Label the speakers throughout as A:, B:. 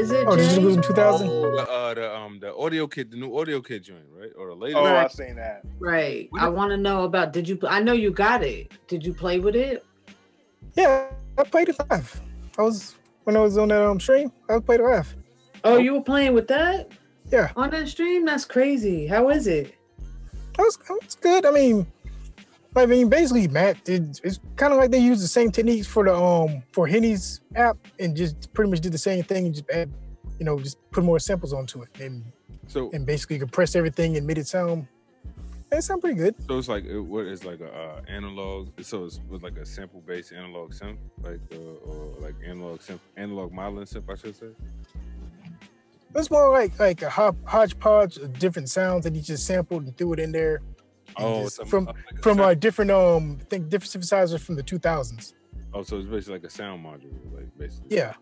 A: Oh, this
B: Jay?
A: was in 2000.
C: Oh, the, uh, the um the audio kid, the new audio kid joint, right? Or the latest?
D: Oh,
B: Right.
D: I've seen that.
B: Right. I want to know about. Did you? I know you got it. Did you play with it?
A: Yeah, I played it live. I was when I was on that um stream. I played it live.
B: Oh, you were playing with that?
A: Yeah.
B: On that stream? That's crazy. How is it?
A: That was, that was good. I mean, I mean, basically, Matt, did it's kind of like they use the same techniques for the um for Henny's app and just pretty much did the same thing and just add, you know, just put more samples onto it and
C: So
A: and basically compress everything and made it sound. It sound pretty good.
C: so it's like it, what is like a uh, analog. So it's with like a sample based analog synth, like uh, or like analog synth, analog modeling synth, I should say.
A: It's more like like a hop, hodgepodge of different sounds that he just sampled and threw it in there. and just
C: Oh, it's a- uh,
A: from
C: like a
A: from
C: sound-
A: a different um I think different synthesizers from the 2000s.
C: oh, so it's basically like a sound module, like basically.
A: Yeah,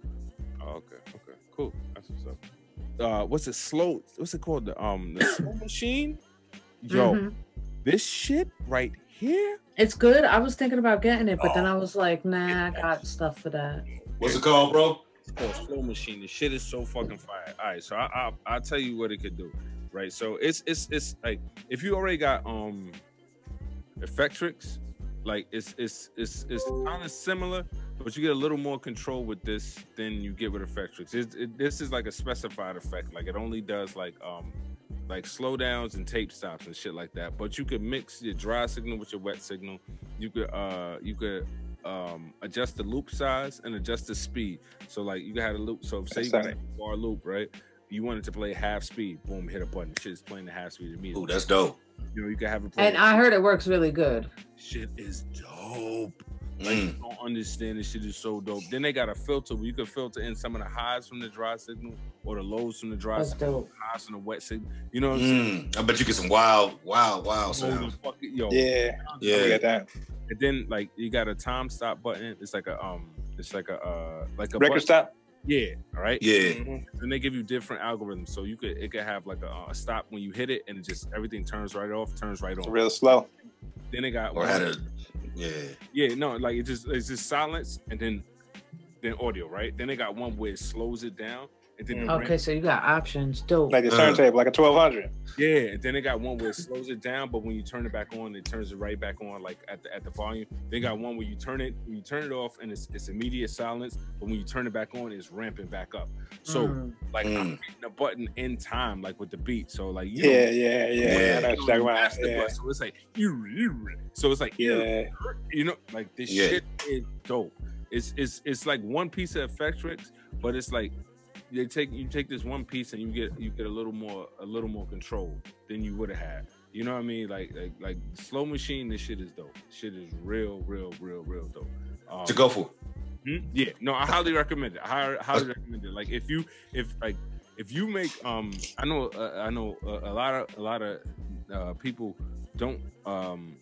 C: Oh, okay. Okay. Cool. That's what's up. Uh, what's it slow? What's it called? The um the slow machine. Yo,
A: Mm-hmm.
B: Mhm.
C: this shit right here.
B: It's good. I was thinking about getting it, but
D: Oh.
B: then I was like, nah, I got stuff for that.
E: What's it called, bro?
C: It's called slow machine. The shit is so fucking fire. All right, so I, I I'll tell you what it could do. Right. So it's it's it's like if you already got um Effectrix, like it's it's it's it's kind of similar, but you get a little more control with this than you get with Effectrix. It, it, this is like a specified effect. Like it only does like um like slowdowns and tape stops and shit like that. But you could mix your dry signal with your wet signal. You could uh you could um adjust the loop size and adjust the speed. So like you had a loop. So say you got a bar loop, right? You wanted to play half speed, boom, hit a button. Shit's playing the half speed immediately.
E: Ooh, that's dope.
C: you know, you could have it play.
B: And I heard it works really good.
C: shit is dope. Like you
E: Mm.
C: don't understand this shit is so dope. Then they got a filter where you can filter in some of the highs from the dry signal or the lows from the dry
B: That's
C: signal,
B: dope.
C: highs from the wet signal. You know what I'm
E: Mm. I bet you get some wild, wild, wild
C: saying?
E: sounds.
C: Fuck it, yo.
D: Yeah,
E: Mm. Yeah.
D: we got that.
C: And then like you got a time stop button. It's like a um it's like a uh like a
D: Record
C: button.
D: stop.
C: Yeah, all right.
E: Yeah.
D: Mhm.
C: Then they give you different algorithms. So you could it could have like a, uh, a stop when you hit it and it just everything turns right off, turns right on.
D: Real slow.
C: Then they got
E: Or
C: one-
E: had a, yeah.
C: Yeah, no, like it just it's just silence and then then audio, right? Then they got one where it slows it down and then the
D: Mm.
B: Mm-hmm. Okay, so you got options. Dope.
D: Like a
E: Uh.
D: turntable, like a 1200.
C: yeah, and then they got one where it slows it down, but when you turn it back on, it turns it right back on, like at the at the volume. They got one where you turn it when you turn it off and it's it's immediate silence, but when you turn it back on, it's ramping back up. So
B: Mm.
C: like I'm
E: Mm.
C: hitting a button in time, like with the beat. So like you
D: Yeah,
C: know,
D: yeah, yeah. I know what
E: Yeah.
D: you're
C: you
D: talking
C: know, you
D: about.
C: master
D: Yeah.
C: button, So it's like "Ew, ew." so it's like yeah.
D: Yeah.
C: you know, like this
E: Yeah.
C: shit is dope. It's it's it's like one piece of Effectrix, but it's like they take you take this one piece and you get you get a little more a little more control than you would have had. You know what I mean? Like like like slow machine. This shit is dope. Shit is real real real real dope. Um,
E: To go for.
C: Hmm? Yeah, no, I highly recommend it. I hi- highly recommend it. Like if you if like if you make um I know uh, I know a, a lot of a lot of uh, people don't um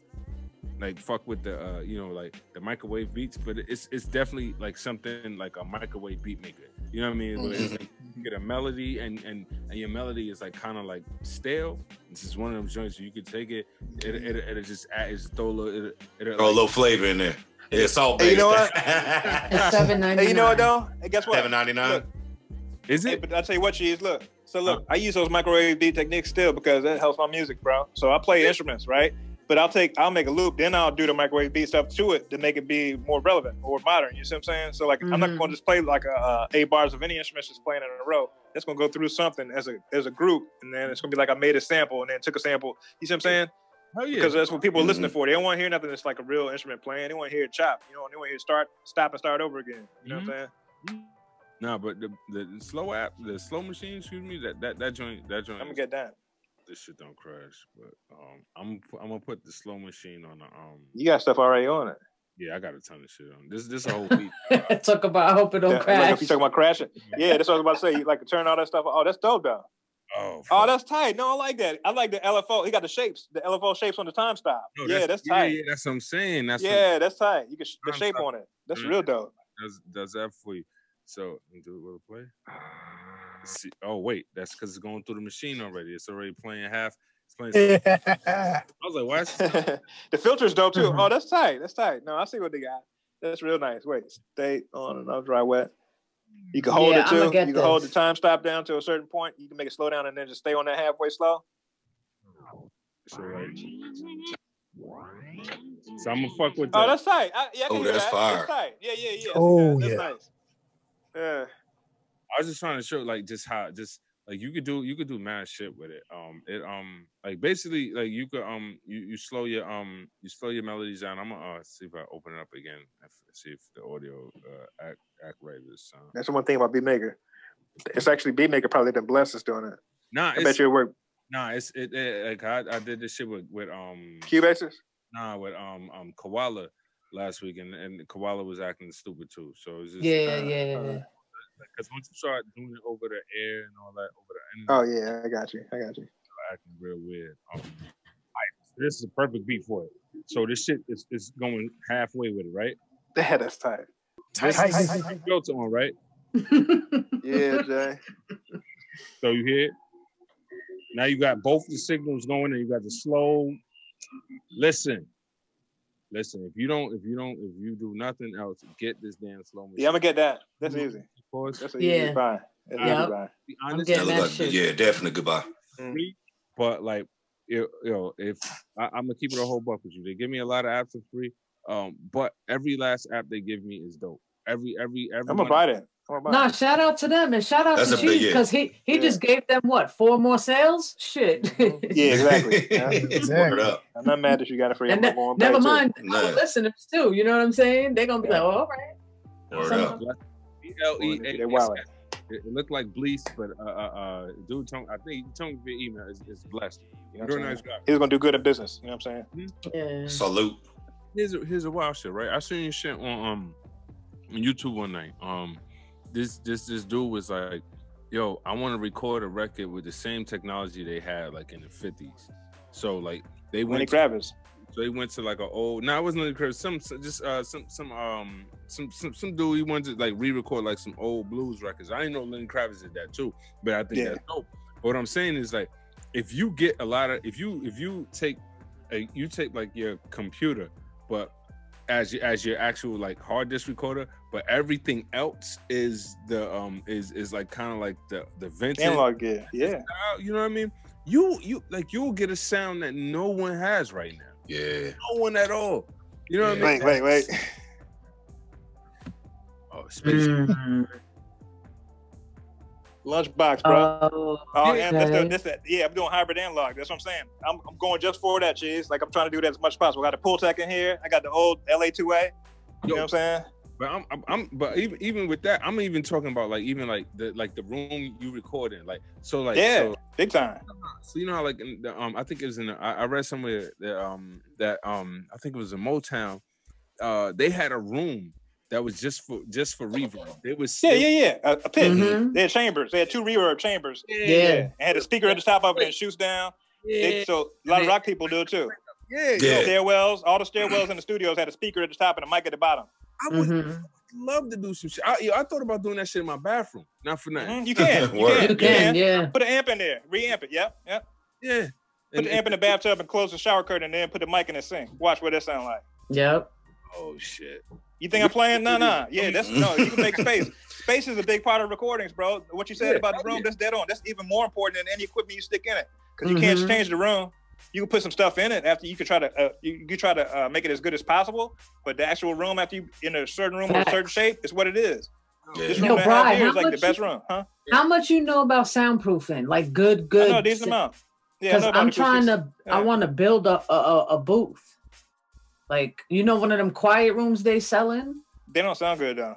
C: like fuck with the uh, you know like the microwave beats, but it's it's definitely like something like a microwave beat maker. You know what I mean? Where it's like you get a melody and and and your melody is like kind of like stale. This is one of them joints where you could take it, it it it, it just add, it's throw a little it, it,
E: Throw a little flavor in there. Yeah, salt
D: Hey,
E: based.
D: you know
B: It's seven ninety nine.
D: Hey, you know what though? Hey, guess what?
E: Seven ninety nine.
D: Look,
C: is
D: Hey,
C: it?
D: but I'll tell you what, cheese. Look, so look, I use those microwave beat techniques still because that helps my music, bro. So I play instruments, right? But I'll take, I'll make a loop, then I'll do the microwave beat stuff to it to make it be more relevant or modern. You see what I'm saying? So like, I'm not
B: Mhm.
D: gonna just play like a, uh, eight bars of any instruments just playing in a row. That's gonna go through something as a as a group, and then it's gonna be like I made a sample and then took a sample. You see what I'm saying?
C: Hell yeah!
D: Because that's what people are listening for. They don't want to hear nothing that's like a real instrument playing. They want to hear it chop. You know, they want to hear it start, stop, and start over again. You know what I'm saying?
C: No, but the, the slow app, the slow machine, excuse me, that that, that joint, that joint,
D: I'm gonna get down.
C: this shit don't crash. But um, I'm pu- I'm gonna put the slow machine on the um.
D: You got stuff already on it.
C: Yeah, I got a ton of shit on this. This a whole beat.
B: Talk about. I hope it don't
D: Yeah, Like if
B: crash.
D: you talking about crashing, yeah, that's what I was about to say. You like to turn all that stuff. off. Oh, that's dope though.
C: oh,
D: Oh,
C: fuck.
D: that's tight. No, I like that. I like the LFO. He got the shapes, the LFO shapes on the time stop.
C: No,
D: yeah, that's,
C: yeah,
D: tight.
C: Yeah,
D: Yeah,
C: Oh, that's what I'm saying. That's
D: that's,
C: what-
D: tight. You can sh- the
C: Time
D: shape
C: stop.
D: on it. That's
C: Mhm.
D: real dope.
C: does does that for you. So let me do it with a play. See, oh wait, that's because it's going through the machine already. It's already playing half. It's playing. I was like, why? Is this-
D: the filter's dope too.
C: Mm-hmm.
B: Mhm.
D: Oh, that's tight. That's tight. No, I see what they got. That's real nice. Wait, stay on and I'll dry wet. You can hold
B: Yeah,
D: it
B: I'ma
D: too. You
B: get
D: can hold the
B: this.
D: time stop down to a certain point. You can make it slow down and then just stay on that halfway slow.
C: So, like, so I'm gonna fuck with that.
D: Oh, that's tight. I, yeah, I can
E: Oh,
D: do
E: that's
D: that.
E: fire.
D: tight. Yeah, yeah, yeah. I see
A: Oh,
D: that. that's
A: yeah.
D: Nice. Yeah.
C: I was just trying to show like just how just like you could do you could do mad shit with it. Um it um like basically like you could um you, you slow your um you slow your melodies down. I'm gonna uh, see if I open it up again if, see if the audio uh act act right this sound.
D: That's the one thing about Beatmaker. It's actually Beatmaker probably didn't bless us doing it.
C: Nah,
D: I
C: it's
D: bet you it worked.
C: nah, it's it, it like I, I did this shit with with um
D: Cubasers?
C: nah with um um koala last week and, and koala was acting stupid too. So it's just
B: Yeah,
D: uh,
B: yeah.
D: uh,
C: because once you start doing it over the air and all that over the internet,
D: Oh yeah, I got you. I got you.
C: acting real weird. Um, I- this is a perfect beat for it. So this shit is, is going halfway with it, right?
D: Yeah, that's tight.
A: Tight, tight, tight, tight.
C: Filter on, right?
D: uh, Yeah, Jay.
C: So you hear it? Now you got both the signals going and you got the slow. Listen. Listen, if you don't, if you don't, if you do nothing else, get this damn slow
D: Yeah, I'm gonna get that. That's
C: Mhm.
D: easy.
C: pause.
D: That's an
B: Yeah.
D: easy buy. That's an
B: Yep.
D: easy buy.
C: Be honest,
B: getting
E: That
B: Yeah,
E: look
B: that shit.
E: like- yeah, definitely goodbye.
C: but like it, you know if I, i'm gonna keep it a whole buck with you they give me a lot of apps for free um but every last app they give me is dope every every every
D: I'm gonna buy that. I'm gonna buy
B: Nah,
D: it.
B: shout out to them and shout out
E: That's
B: to
E: a big
B: Cheese
E: yeah.
B: because he he
D: Yeah.
B: just gave them what four more sales. Shit.
D: Yeah, exactly. Yeah.
A: Exactly.
E: Word up.
D: I'm not mad that you got it for your
B: and ne-
D: going
B: never
D: back to it.
B: mind
E: Nah.
B: our listeners too. You know what I'm saying? They're gonna be
D: Yeah.
B: like, oh, all right.
E: Word
B: Some-
E: up.
C: B-L-E-A-S-S.
D: They're wildin'.
C: it, it looked like Blease, but uh, uh, uh, dude, tell, I think tell me via email is, is blessed.
D: You know what
C: Real
D: I'm saying?
C: nice guy.
D: He was gonna do good at business. You know what I'm saying?
B: Yeah.
E: Salute.
C: here's a, here's a wild shit, right? I seen shit on um on YouTube one night. Um, this this this dude was like, "Yo, I want to record a record with the same technology they had like in the fifties. So like they
D: Lenny
C: went to,
D: Kravitz.
C: so they went to like an old. No, it wasn't Lenny Kravitz. Some some- just uh some some um some some some dude he wanted to like re-record like some old blues records. I didn't know Lenny Kravitz did that too, but I think
D: Yeah.
C: that's dope. But what I'm saying is like, if you get a lot of if you if you take a, you take like your computer, but as your as your actual like hard disk recorder, but everything else is the um is is like kind of like the the vintage
D: Analog gear. Yeah.
C: style, You know what I mean? You you like you'll get a sound that no one has right now
E: Yeah.
C: no one at all. You know what I mean?
D: Wait, wait, wait.
C: Oh, space.
B: Mm.
D: Lunchbox, bro.
B: Oh,
D: Oh, yeah, that's the,
B: okay.
D: that's that. Yeah, I'm doing hybrid analog. That's what I'm saying. I'm, I'm going just for that, cheese. Like I'm trying to do that as much as possible. I got the pull tech in here. I got the old LA2A. You know what I'm saying?
C: But I'm, I'm, I'm, but even even with that, I'm even talking about like even like the like the room you record in, like so like
D: Yeah.
C: so,
D: Big time.
C: so you know how like in the, um I think it was in the, I, I read somewhere that um that um I think it was in Motown, uh they had a room that was just for just for reverb. It was
D: Yeah, yeah, yeah. A, a pit.
B: Mhm.
D: They had chambers. They had two reverb chambers.
B: Yeah.
D: And had a speaker at the top of it that shoots down. They- so a lot of rock people do it too.
C: yeah.
E: Yeah.
D: Stairwells, all the stairwells in the studios had a speaker at the top and a mic at the bottom.
C: I would
E: Mm-hmm.
B: Mhm.
C: love to do some shit. I, I thought about doing that shit in my bathroom, not for nothing.
D: Mhm, You can. You
E: Word.
D: can.
B: You can, yeah.
D: Put an amp in there. Reamp it. Yep. Yep.
C: Yeah,
D: Mm-hmm. Put the amp in the bathtub and close the shower curtain and then put the mic in the sink. Watch what that sound like.
B: Yep.
C: oh shit.
D: You think I'm playing? Nah, nah. Yeah, that's no. You can make space. Space is a big part of recordings, bro. What you said
C: Yeah,
D: about the
C: oh,
D: room,
C: yeah.
D: that's dead on. That's even more important than any equipment you stick in it, because you can't
B: Mhm.
D: change the room. You can put some stuff in it after you can try to uh, you, you can try to uh, make it as good as possible. But the actual room after you in a certain room or a certain
B: Facts.
D: shape is what it is. This room
E: Yeah.
B: Yo,
D: and a half
B: Brian,
D: here is
B: how
D: like the
B: much
D: best
B: you-
D: room, huh?
B: How much you know about soundproofing? Like good,
D: I
B: good.
D: know a decent amount. Yeah, I
B: Because
D: know about
B: I'm
D: acoustics.
B: trying to, I
D: Yeah.
B: want to build a, a a- a booth, like you know, one of them quiet rooms they sell in.
D: They don't sound good though.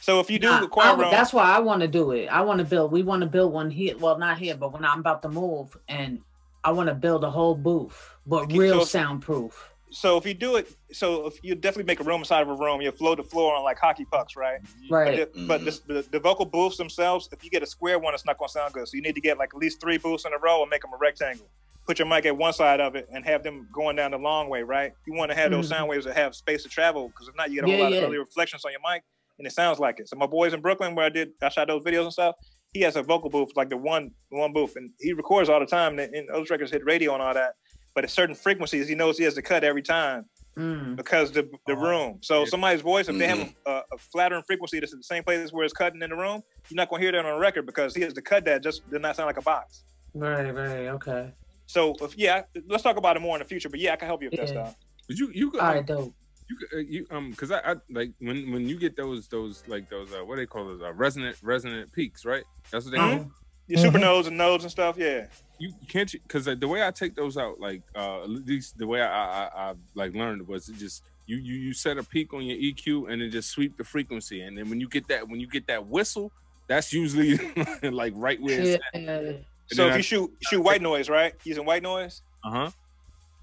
D: So if you do
B: Nah,
D: a
B: I
D: choir
B: would-
D: room,
B: That's why I want to do it. I want to build. We want to build one here. Well, not here, but when I'm about to move, and I want to build a whole booth, but
D: Keep
B: real
D: those-
B: soundproof.
D: so if you do it, so if you definitely make a room inside of a room, you flow the floor on like hockey pucks, right?
B: Right.
D: But, the, but this, the, the vocal booths themselves, if you get a square one, it's not going to sound good. So you need to get like at least three booths in a row and make them a rectangle. Put your mic at one side of it and have them going down the long way, right? You want to have those
B: Mhm.
D: sound waves that have space to travel because if not, you get a whole
B: Yeah,
D: lot
B: yeah.
D: of early reflections on your mic and it sounds like it. So my boys in Brooklyn, where I did, I shot those videos and stuff. He has a vocal booth, like the one one booth, and he records all the time. And, and those records hit radio and all that. But at certain frequencies, he knows he has to cut every time
B: Mm.
D: because the
A: Oh.
D: the room. So
C: Yeah. Mm-hmm.
D: somebody's voice, if they have a, a flattering frequency that's in the same place where it's cutting in the room, you're not gonna hear that on a record because he has to cut that just did not sound like a box.
B: Right, right, okay.
D: So if, yeah, let's talk about it more in the future. But yeah, I can help you with that
B: Yeah.
D: stuff.
C: But you you could
B: All
C: um,
B: right, dope.
C: you could, uh, you um because I, I like when when you get those those like those uh, what they call those uh, resonant resonant peaks right that's what they
D: Uh-huh.
C: call
B: Mhm.
C: them.
D: Your
A: Mhm.
D: super nodes and nodes and stuff. Yeah,
C: you can't you because the way I take those out like uh at least the way I I, I I like learned was it just you you you set a peak on your EQ and then just sweep the frequency and then when you get that when you get that whistle that's usually like right where it's
B: Yeah.
C: And
D: so
C: then
D: if
C: I-
D: you shoot shoot white noise, right? Using white noise,
C: uh huh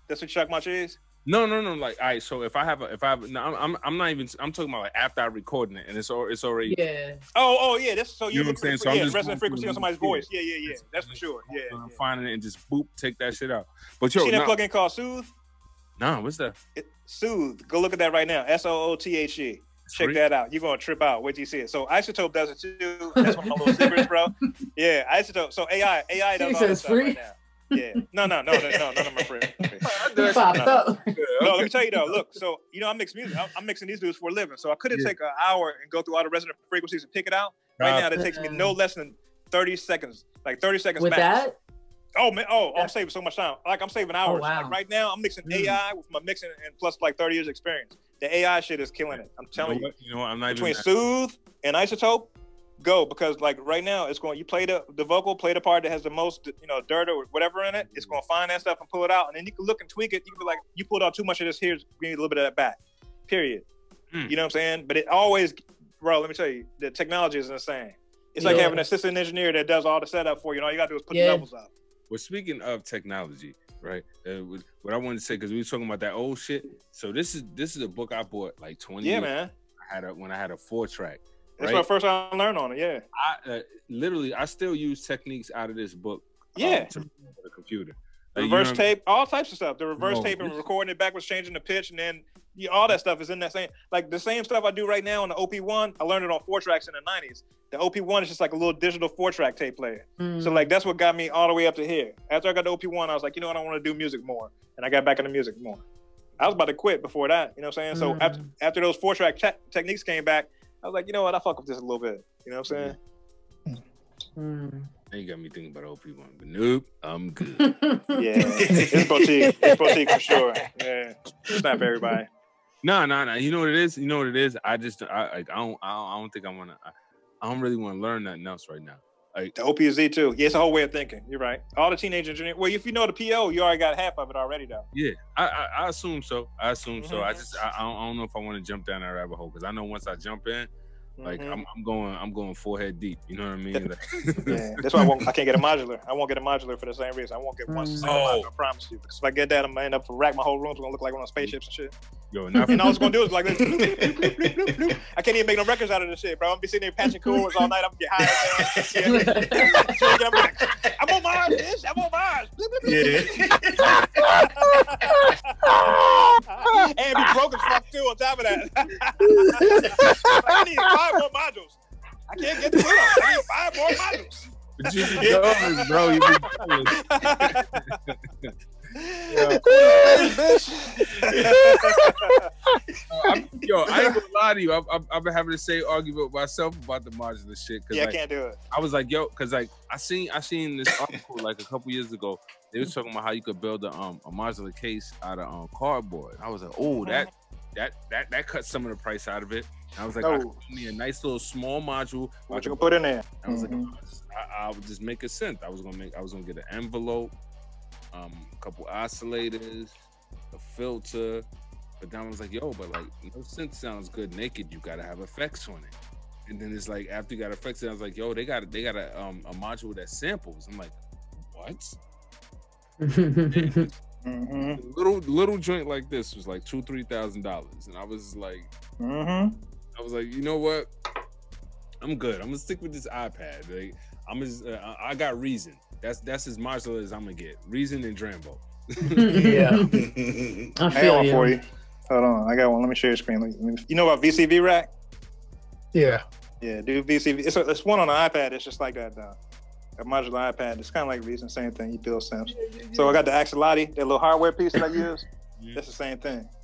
D: that's what shock much is.
C: No, no, no. Like, all right. So if I have, a, if I have, no, I'm, I'm, I'm not even. I'm talking about like after I recording it, and it's, al- it's already.
B: Yeah.
D: Oh, oh yeah, that's so
C: You
D: you
C: know what I'm saying? So I'm
D: yeah,
C: just going
D: resonant frequency
C: through
D: on
C: the
D: somebody's
C: computer.
D: voice. Yeah, yeah, yeah. That's for sure. Yeah.
C: I'm
D: yeah.
C: finding it and just boop, take that shit out. But
D: You
C: yo,
D: seen that
C: nah,
D: plugin called Soothe?
C: nah, what's that?
D: It, Soothe. Go look at that right now. S O O T H E. Check
C: Free?
D: that out. You're gonna trip out. Wait till you see it. So isotope does it too. That's one of my little secrets, bro. Yeah, isotope. So AI, AI does
B: He
D: all this
B: says
D: stuff
B: free?
D: right now. Yeah. No, no, no, no, no, none of my friends.
B: He popped
D: No.
B: up.
D: No, let me tell you though. Look, so you know I mix music. I'm, I'm mixing these dudes for a living. So I couldn't
C: Yeah.
D: take an hour and go through all the resonant frequencies and pick it out.
C: Ah.
D: Right now, that takes me no less than 30 seconds. Like 30 seconds
B: With
D: max.
B: that? Oh,
D: Oh man, oh, I'm saving so much time. Like I'm saving hours.
B: wow.
D: Like right now, I'm mixing
B: Mm.
D: AI with my mixing and plus like 30 years experience. The AI shit is killing it.
C: You
D: I'm
C: know
D: telling you.
C: what? You know what? I'm not even.
D: Between Soothe and Isotope, go because like right now it's going. You play the the vocal, play the part that has the most you know dirt or whatever in it. It's going to find that stuff and pull it out, and then you can look and tweak it. You can be like, you pulled out too much of this. Here's we need a little bit of that back. Period.
C: Mm.
D: You know what I'm saying? But it always, bro. Let me tell you, the technology is insane. It's like
B: Yeah.
D: having an assistant engineer that does all the setup for you. And all you got to do is put
B: Yeah.
D: the levels up.
C: Well, speaking of technology, right? Uh, with- what I wanted to say because we were talking about that old shit. So this is this is a book I bought like 20
D: Yeah,
C: years
D: man.
C: I had a, when I had a four track.
D: That's
C: Right?
D: my first time I learned on it. Yeah.
C: I uh, literally I still use techniques out of this book. uh,
D: Yeah.
C: to, for the computer. Like, you know Oh.
D: Reverse
C: what I mean?
D: tape, all types of stuff. The reverse
C: No,
D: tape and
C: this-
D: recording it backwards, changing the pitch, and then yeah, all that stuff is in that same. Like the same stuff I do right now on the OP1, I learned it on four tracks in the 90s. The OP1 is just like a little digital four track tape player. So,
B: Mm,
C: Hmm.
D: like, that's what got me all the way up to here. After I got the OP1, I was like, you know what, I want to do music more. And I got back into music more. I was about to quit before that, you know what I'm saying? So,
C: Hmm.
B: Mm.
D: after, after those four track te- techniques came back, I was like, you know what, I fuck with this a little bit. You know what I'm
C: Hmm.
D: saying?
B: Mm.
C: Now you got me thinking about OP one, but nope, I'm good.
B: mm.
D: Yeah. it's boutique. It's boutique for sure. Yeah. It's not for everybody.
C: No, no, no. You know what it is? You know what it is? I just I like I don't I don't, I don't think I want to. I, I don't really want to learn nothing else right now. Like
D: The OPZ too. Yeah, it's a whole way of thinking. You're right. All the teenage engineering. Well, if you know the PO, you already got half of it already, though.
C: yeah, I I, I assume so. I assume so. I
D: Mhm.
C: just I, I don't- I don't know if I want to jump down that rabbit hole because I know once I jump in, like
D: Mhm.
C: I'm, I'm going I'm going forehead deep. You know what I mean? Like,
D: yeah, that's why I, won't, I can't get a modular. I won't get a modular for the same reason. I won't get one
B: Mm.
D: single
E: Oh.
D: modular. I promise you. Because if I get that, I'm gonna end up rack. My whole room's gonna look like one of those spaceships and shit.
C: yo, not
D: And all it's gonna do is like this. bloop, bloop, bloop, bloop, bloop, bloop. I can't even make no records out of this shit, bro. I'm gonna be sitting there patching chords all night. I'm gonna get high. as hell. Yeah. I'm, like, I'm on Mars, bitch. I'm on Mars. Bloop, bloop, bloop. and it'd be broken fuck too on top of that. I need five more modules. I can't get this one. I need five more modules.
C: but you be going, bro. You be going. I'm, yo, I ain't gonna lie to you. I've, I've, I've been having the same argument with myself about the modular shit. Cause
D: yeah, I
C: like,
D: can't do it.
C: I was like, yo, cause like I seen I seen this article like a couple years ago. They was talking about how you could build a um a modular case out of um cardboard. I was like, oh that that that that cuts some of the price out of it. And I was like, I could
D: No.
C: do me a nice little small module. I,
D: What you
C: could-
D: gonna put in there?
C: I was like, "Oh,
A: Mhm.
C: I, just- I, I would just make a synth. I was gonna make I was gonna get an envelope, um, a couple oscillators, a filter. But then I was like, yo, but like no synth sounds good naked. You gotta have effects on it. And then it's like after you got effects, and I was like, yo, they got they got a um a module that samples. I'm like, what?
D: Mm-hmm.
C: Little little joint like this was like two three thousand dollars, and I was like,
D: Mm-hmm.
C: I was like, you know what? I'm good. I'm gonna stick with this iPad. Like, I'm just, uh, I- I got Reason. That's that's as modular as I'm gonna get. Reason and Drambo.
B: yeah. I
D: I got
B: feel
D: one for
B: you.
D: you. Hold on, I got one. Let me share your screen. Let me- You know about VCV rack?
A: Yeah.
D: Yeah, dude, VCV. It's, a, it's one on the iPad. It's just like that, though. A modular iPad. It's kind of like Reason, same thing. You build Sims. So I got the Axolati, that little hardware piece that I use.
C: Yeah.
D: That's the same thing.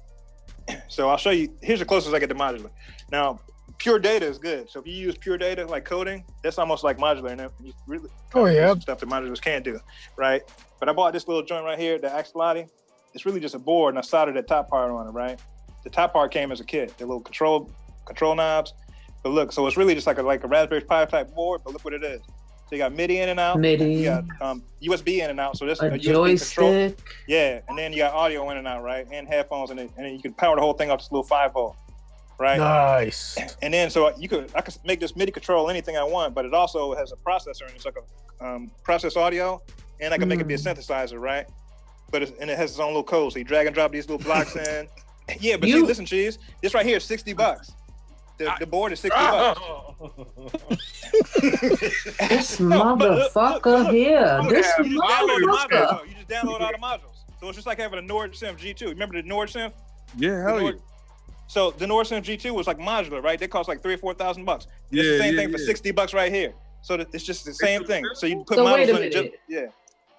D: So I'll show you. Here's the closest I get to modular. Now, pure data is good. So if you use pure data like coding, that's almost like modular. And you really
A: Oh,
D: do
A: yeah.
D: some stuff that modulars can't do, right? But I bought this little joint right here, the Axolotl. It's really just a board, and I soldered that top part on it, right? The top part came as a kit, the little control control knobs. But look, so it's really just like a like a Raspberry Pi type board. But look what it is. So you got MIDI in and out.
B: MIDI,
D: You got um, USB in and out. So this
B: a
D: USB control.
B: joystick.
D: Yeah, and then you got audio in and out, right? And headphones, and, then- and then you can power the whole thing up this little five volt, right?
A: Nice.
D: And then so you could I could make this MIDI control anything I want, but it also has a processor and it's like a um, process audio, and I can make it be a synthesizer, right? But it's, and it has its own little code, so you drag and drop these little blocks in. Yeah, but see,
B: You-
D: listen, cheese, this right here is sixty bucks. The, the board is sixty bucks.
B: This
D: No, but look,
B: motherfucker
D: look, look.
B: here.
D: Oh,
B: This
D: yeah, you just download the modules.
B: motherfucker.
D: though. You just download all the modules. So it's just like having a Nord Sim G2. Remember the Nord Sim?
C: Yeah,
D: The
C: hell yeah.
D: Nord- So the Nordstrom G2 was like modular, right? They cost like three or four thousand bucks. It's
C: Yeah,
D: the same
C: yeah,
D: thing for
C: yeah.
D: sixty bucks right here. So that- it's just the same thing. So you put
B: So
D: modules
B: wait a
D: on it. Just,
B: minute.
D: yeah,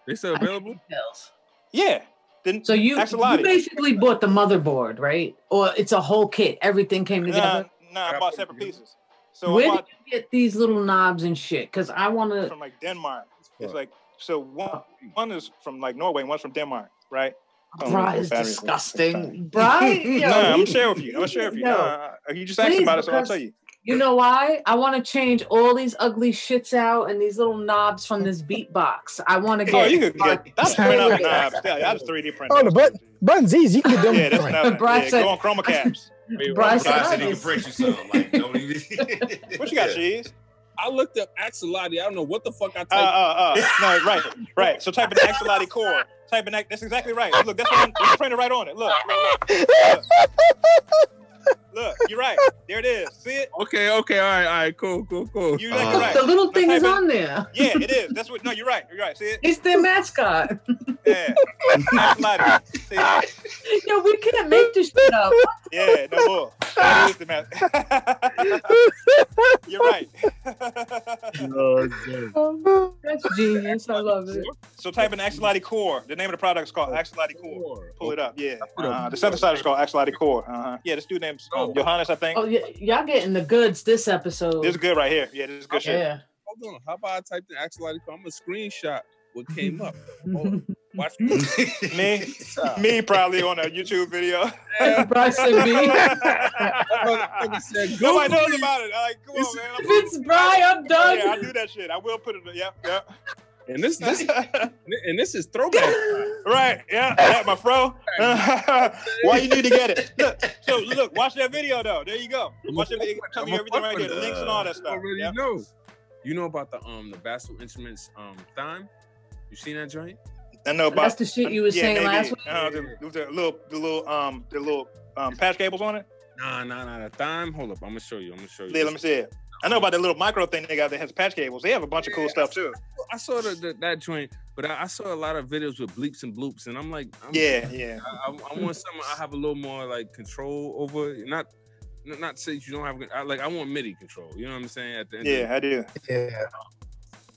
C: They still available?
B: Details.
D: yeah. Then
B: So you,
D: That's a
B: you
D: lot.
B: basically bought the motherboard, right? Or it's a whole kit. Everything came
D: nah,
B: together.
D: nah, I bought separate pieces. So I
B: Where did
D: bought
B: you get these little knobs and shit? Because I want to.
D: from like Denmark. It's like so
B: Oh.
D: one one is from like Norway, and one's from Denmark, right? Oh,
B: Bri is
D: batteries.
B: disgusting. Bri, yo,
D: nah, I'm
B: he-
D: gonna share with you. I'm gonna share with you.
B: No.
D: Nah, I- you just asked
B: Please,
D: about it, so I'll
B: because-
D: tell you.
B: You know why? I want to change all these ugly shits out and these little knobs from this beatbox. I want to get.
D: Oh, you could get. That's print out
A: Share
D: knobs. Yeah, I just 3D print.
A: Oh, the
D: those.
A: button. Button's easy. You can get them.
D: Yeah, that's
A: Right.
D: nothing.
B: Bryce
D: Yeah,
B: said-
D: go on Chroma caps.
B: Bri
E: So I
B: said
E: said he can break you something. Like, don't even.
D: What you got, cheese?
C: I looked up Axolotl. I don't know what the fuck I typed.
D: Uh, uh, uh. No, right, right. So type in axolotl core. Type in that's exactly right. Look, that's what I'm, it's printed right on it. Look, look, look, look. Look, you're right. There it is. See it?
C: okay, okay, all right, all right, cool, cool, cool.
D: You're exactly
E: Uh,
D: right.
B: The little thing is
D: Type in-
B: on there.
D: Yeah, it is. That's what. No, you're right. You're right. See it?
B: It's their mascot.
D: Yeah. Axolotl. See it?
B: Yo, we can't make this shit up.
D: Yeah. No bull. That is the math. you're right.
B: That's genius. I love it.
D: so type in axolotl core. The name of the product is called axolotl Oh, core. Pull it up. Yeah. Uh, the synthesizer is called axolotl core. Uh-huh. Yeah. This dude named um, Johannes, I think.
B: Oh, y- y'all getting the goods this episode.
D: This is good right here. Yeah, this is good shit.
B: yeah.
C: Hold on, how about I typed in Axolotl? I'm gonna screenshot what came up.
D: Oh.
B: Bryce
C: Watch
D: Me, me probably on a YouTube video.
B: and B.
C: Motherfucker said, Google
D: Nobody knows
C: it.
D: about it. Like, come
C: This-
D: on, man.
B: If it's Bri, I'm
D: I'm, yeah, I
B: done.
D: do that shit. I will put it. Yep, yep.
C: And this, this, and this is throwback.
D: right. Yeah, yeah, my fro. Why you need to get it? Look, so look, watch that video though. There you go. Watch it. It tells you everything right there. The links and all that
C: I
D: stuff.
C: already
D: Yep.
C: know. You know about the um the Bassel Instruments um time? You seen that joint?
D: I know
B: That's
D: about.
B: the shit you were saying last week.
D: Uh, the, the little, the little, um, the little um, patch cables on it.
C: Nah, nah, nah. The time. Hold up, I'm gonna show you. I'm gonna show you.
D: Yeah, let me see it. I know about the little micro thing they got that has patch cables. They have a bunch of cool stuff too.
C: I saw the, the, that joint, but I, I saw a lot of videos with bleeps and bloops, and I'm like, I'm,
D: Yeah, yeah.
C: I, I, I want something I have a little more like control over. Not, not not say you don't have. I, like I want MIDI control. You know what I'm saying? At the end of the
D: Yeah, I do.
A: Yeah.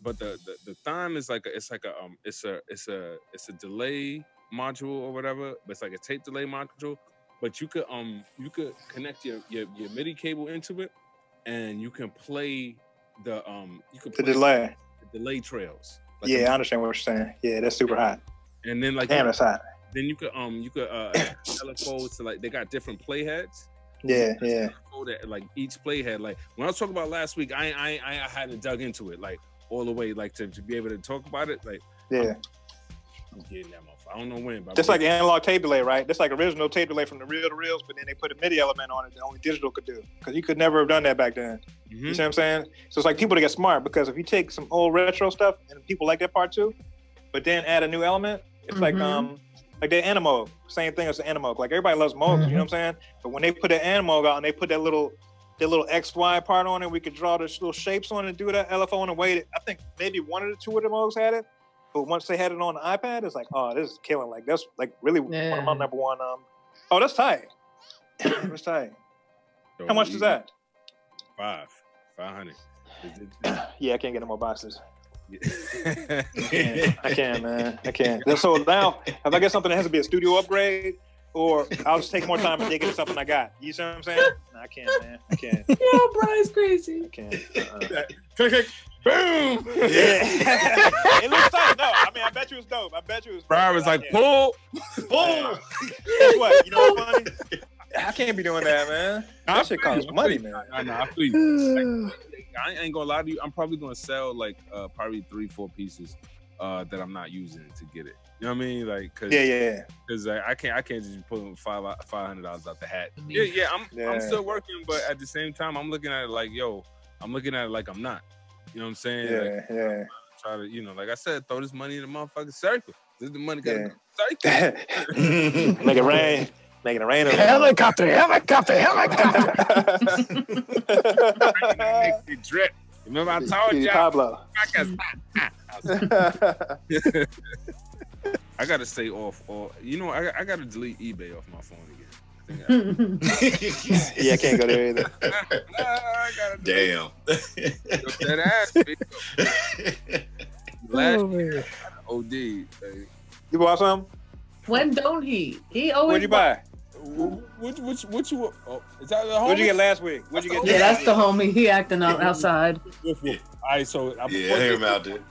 C: but the, the the time is like a, it's like a um it's a it's a it's a delay module or whatever but it's like a tape delay module but you could um you could connect your your, your midi cable into it and you can play the um you can
D: The
C: play
D: delay.
C: the delay trails Like,
D: Yeah, I understand what you're saying. Yeah, that's super hot.
C: and then like
D: Damn, that's hot.
C: then you could um you could uh telephone to like they got different playheads
D: Yeah, yeah.
C: know that like each play had like when I was talking about last week, I I I I hadn't dug into it like all the way like to, to be able to talk about it. Like
D: Yeah.
C: I'm getting that motherfucker. I don't know when, but
D: Just like analog tape delay, right? That's like original tape delay from the real to reels, but then they put a MIDI element on it that only digital could do. Because you could never have done that back then. You
C: Mhm.
D: see what I'm saying? So it's like people to get smart because if you take some old retro stuff and people like that part too, but then add a new element, it's like
B: Mhm.
D: um like that animo, same thing as the animo. Like everybody loves Moog, you know what I'm saying? But when they put that animo out and they put that little that little XY part on it, we could draw those little shapes on it and do that LFO and weight it. I think maybe one of the two of the Moogs had it. But once they had it on the iPad, it's like, oh, this is killing. Like that's like really one of my
B: Yeah.
D: number one um Oh, that's tight. that's tight.
C: So
D: How much is
C: we-
D: that?
C: Mm-hmm. Five, five hundred. Is it-
D: yeah, I can't get in my boxes.
C: Yeah.
D: I can't, man. I can't. So now, if I get something that has to be a studio upgrade, or I'll just take more time and dig into something I got. You see what I'm saying? Nah, I can't, man. I can't. I
B: Yo, Brian's crazy.
D: can't. Uh-uh.
C: Click, click. Boom!
D: Yeah. it looks dope. No, I mean, I bet you it's dope. I bet you it's.
C: Brian
D: dope,
C: was
D: but I
C: like,
D: can't.
C: pull.
E: Boom!
D: Guess what? You know what's funny? I can't be doing that, man. That shit costs money, man.
C: I know. I feel you. Like, I ain't gonna lie to you. I'm probably gonna sell like uh, probably three, four pieces uh, that I'm not using to get it. You know what I mean? Like, cause,
D: Yeah, yeah.
C: cause like, I can't, I can't just pull them five, five hundred dollars out the hat.
B: I mean-
C: Yeah, yeah. I'm,
D: Yeah.
C: I'm still working, but at the same time, I'm looking at it like, yo, I'm looking at it like I'm not. You know what I'm saying? Like,
D: Yeah, yeah.
C: try to, you know, like I said, throw this money in the motherfucking circle. This the money gotta
D: Yeah.
C: go in the circle.
D: Make it rain. Making it rain.
A: Helicopter, helicopter, helicopter.
D: helicopter.
C: Make it drip. Remember, I told you
D: Pablo.
C: I gotta stay off. Or you know, I, I gotta delete eBay off my phone again. I think
D: yeah, I can't go there either.
C: I, I gotta delete
E: Damn.
C: off that ass. bitch. Last
A: Oh, man.
C: OD. Like,
D: You bought some?
B: when don't he? He
C: Oh,
B: always.
D: What'd you buy?
C: which which which you? Oh, is that the
D: What'd you get last week? What'd you get?
B: Yeah, that's the homie. He acting out outside.
C: All right, so I
E: Yeah, I hear him out there.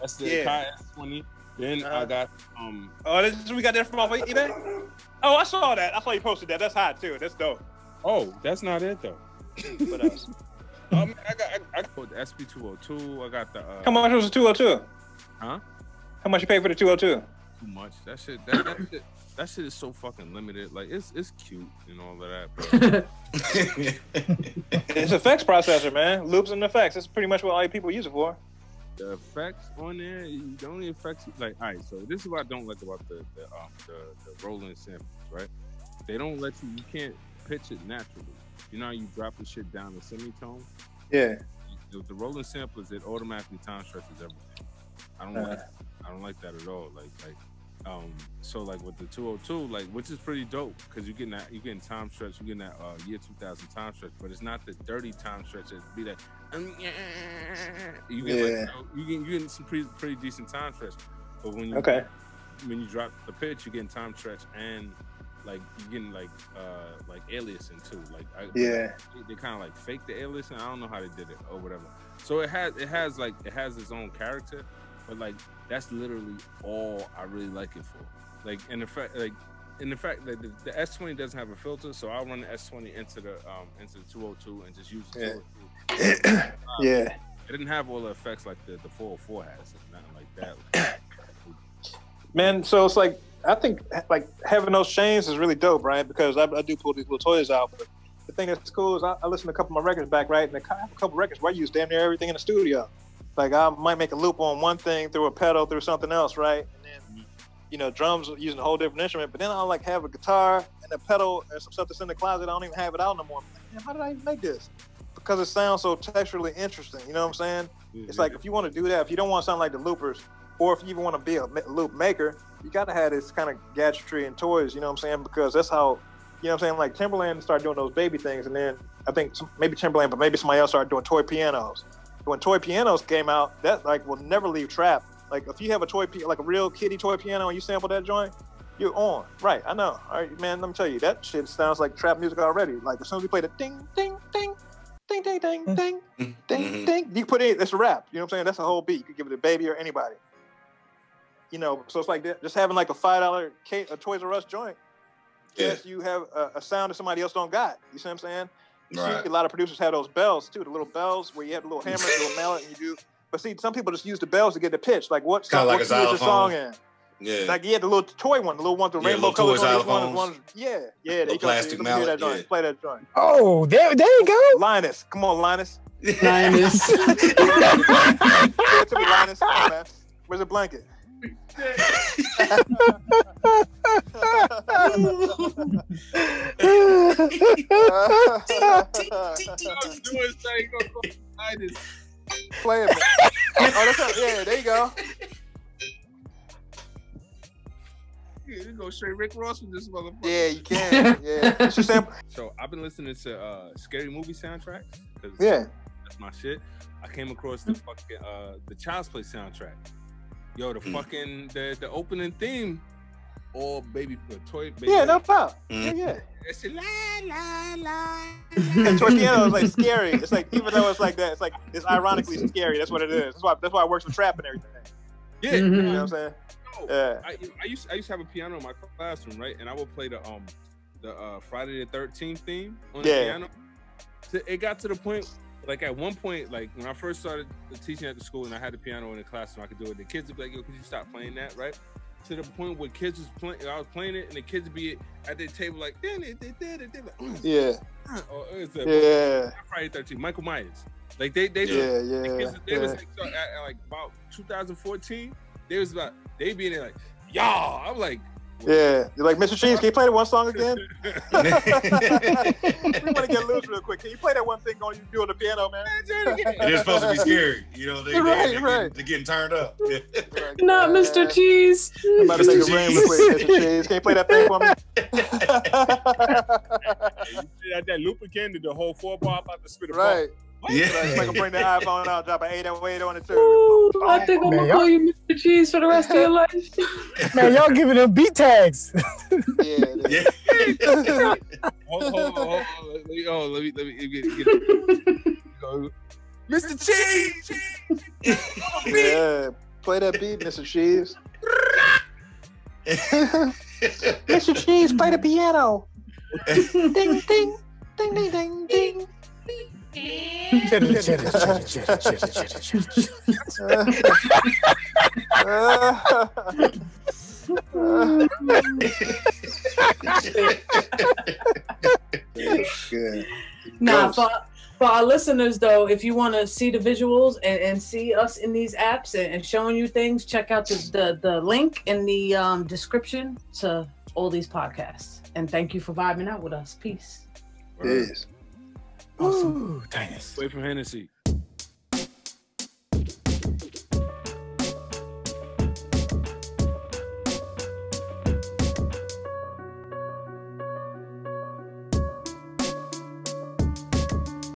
C: That's the
D: Yeah.
C: Kai S20. Then I
D: Uh-huh.
C: got um.
D: Oh, this is we got that from off of eBay. Oh, I saw that. I saw you posted that. That's hot too. That's dope. uh,
C: Oh, that's not it though.
D: What else?
C: I mean, I got I, I got the SP202. I got the uh,
D: How much was the 202?
C: Huh?
D: How much you paid for the 202?
C: too much. That shit that, that shit that shit is so fucking limited. Like it's it's cute and all of that. But
D: It's effects processor, man. Loops and effects. That's pretty much what all you people use it for.
C: the effects on there, you- the only effects like all right. So this is what I don't like about the the um, the, the rolling samples, right? They don't let you. You can't pitch it naturally. You know how you drop the shit down a semitone.
D: Yeah.
C: With the rolling samplers, it automatically time stretches everything. I don't like I don't like that at all. Like like um so like with the 202 like which is pretty dope because you getting that you getting time stretch you getting that uh year 2000 time stretch but it's not the dirty time stretch it be that um, yeah. you get
D: Yeah.
C: like you getting you getting some pretty pretty decent time stretch but when you
D: Okay.
C: when you drop the pitch you getting time stretch and like you getting like uh like aliasing too like I,
D: Yeah.
C: they- they kind of like fake the aliasing. I don't know how they did it or whatever. So it has it has like it has its own character, but like that's literally all I really like it for. Like in the fact like in the fact that the, the S20 doesn't have a filter, so I'll run the S20 into the um into the 202 and just use the
D: Yeah.
C: 202.
D: Yeah.
C: It didn't have all the effects like the the 404 has, nothing like that.
D: Man, so it's like I think like having those chains is really dope, right? Because I, I do pull these little toys out, but the thing that's cool is I, I listen to a couple of my records back, right? And I have a couple of records where I use damn near everything in the studio. Like I might make a loop on one thing through a pedal through something else, right? And then you know drums using a whole different instrument, but then I'll like have a guitar and a pedal and some stuff that's in the closet. I don't even have it out no more. I'm like, Man, how did I even make this? Because it sounds so texturally interesting. You know what I'm saying? It's like if you want to do that, if you don't want to sound like the loopers, or if you even want to be a ma- loop maker, you gotta have this kind of gadgetry and toys. You know what I'm saying? Because that's how, you know what I'm saying? Like Timberland started doing those baby things, and then I think some, maybe Timberland, but maybe somebody else started doing toy pianos. When toy pianos came out, that like will never leave trap. Like if you have a toy, pi- like a real kitty toy piano, and you sample that joint, you're on. Right? I know. All right, man. Let me tell you, that shit sounds like trap music already. Like as soon as we play the ding, ding, ding, ding, ding, ding, ding
E: Mm-hmm.
D: ding, ding. You put it, it's a rap. You know what I'm saying? That's a whole beat. You could give it to baby or anybody. You know, so it's like that. just having like a five dollar K a Toys R Us joint.
E: Yeah,
D: Yes, you have a, a sound that somebody else don't got. You see what I'm saying? You
E: right.
D: see a lot of producers have those bells too, the little bells where you have the little hammer, the little mallet, and you do. But see, some people just use the bells to get the pitch. Like what?
E: Kinda like
D: what
E: a
D: key is your song
E: xylophone.
D: in?
E: Yeah.
D: Like yeah, the little toy one, the little one, the
E: Yeah,
D: rainbow
E: little toy
D: color one,
E: xylophones.
D: one, one- Yeah, yeah. They
E: Little
D: go, let
E: plastic
D: me hear
E: mallet,
D: that joint.
E: yeah.
D: Play that joint.
A: Oh, there, there you go.
D: Linus, come on, Linus.
B: Linus.
D: Give it to me, Linus. Come on, man. Where's the blanket? Play it. man. Oh, that's not, yeah. There you go.
C: you go straight Rick Ross with this motherfucker.
D: Yeah, you can. Yeah. It's your sample.
C: So I've been listening to uh scary movie soundtracks. 'cause
D: Yeah.
C: that's my shit. I came across the fucking uh the Child's Play soundtrack. Yo, the
E: Mm.
C: fucking the the opening theme all baby put toy baby.
D: Yeah, no problem.
E: Mm.
D: Yeah, yeah.
C: It's la la la.
D: And Torciano is like scary. It's like even though it's like that, it's like it's ironically scary. That's what it is. That's why that's why it works for trap and everything.
C: Yeah.
D: You know what
B: Mhm.
D: I'm saying?
C: No,
D: Yeah.
C: I, I used I used to have a piano in my classroom, right? And I would play the um the uh, Friday the Thirteenth theme on the
D: Yeah.
C: piano. So it got to the point, like at one point, like when I first started teaching at the school and I had the piano in the classroom, I could do it. The kids would be like, "Yo, could you stop playing that?" Right? To the point where kids was playing, I was playing it, and the kids would be at their table like, "Dun, dun, dun, dun, dun, dun," like, "Oh,
D: Yeah.
C: or oh, it's a
D: Yeah.
C: Friday Thirteenth, Michael Myers. Like they they
E: Yeah.
D: Yeah.
C: the
D: Yeah.
C: kids, they was
D: yeah.
C: like, so, at, at, like about 2014, they was about they being there like, y'all. I'm like,
D: Yeah, you're like Mr. Cheese. Can you play that one song again? we want to get loose real quick. Can you play that one thing on you do on the piano, man?
E: It is supposed to be scary. You know, they, they,
D: Right,
E: they're,
D: right.
E: Getting, they're getting turned up.
B: Not Mr. Cheese.
D: uh, I'm about to make
E: Mr.
D: a ring real quick, Mr. Cheese. Can you play that thing for me?
C: that, that loop again did the whole four bar about to spit a
D: right. Like,
E: yeah.
D: like bring the iPhone out, drop an 808 on it too.
B: Ooh, I think I'm gonna
A: Man,
B: call you Mr. Cheese for the rest of your life.
A: Man, y'all giving them beat tags.
D: Yeah. it is.
E: yeah.
C: Hold, hold, hold, hold, hold, let me, oh, let me, let me get, get it. Go. Mr. Cheese.
D: yeah. Play that beat, Mr. Cheese. Mr. Cheese, play the piano. ding, ding, ding, ding, ding, ding.
A: Cheddar, cheddar, cheddar, cheddar, cheddar, cheddar, cheddar.
D: Uh, good.
B: Nah,
D: Ghost.
B: for, for our listeners though, if you want to see the visuals and, and see us in these apps and, and showing you things, check out the, the, the link in the um, description to all these podcasts. And thank you for vibing out with us. Peace.
D: Yes.
A: Awesome. Dang it.
C: Away from Hennessy.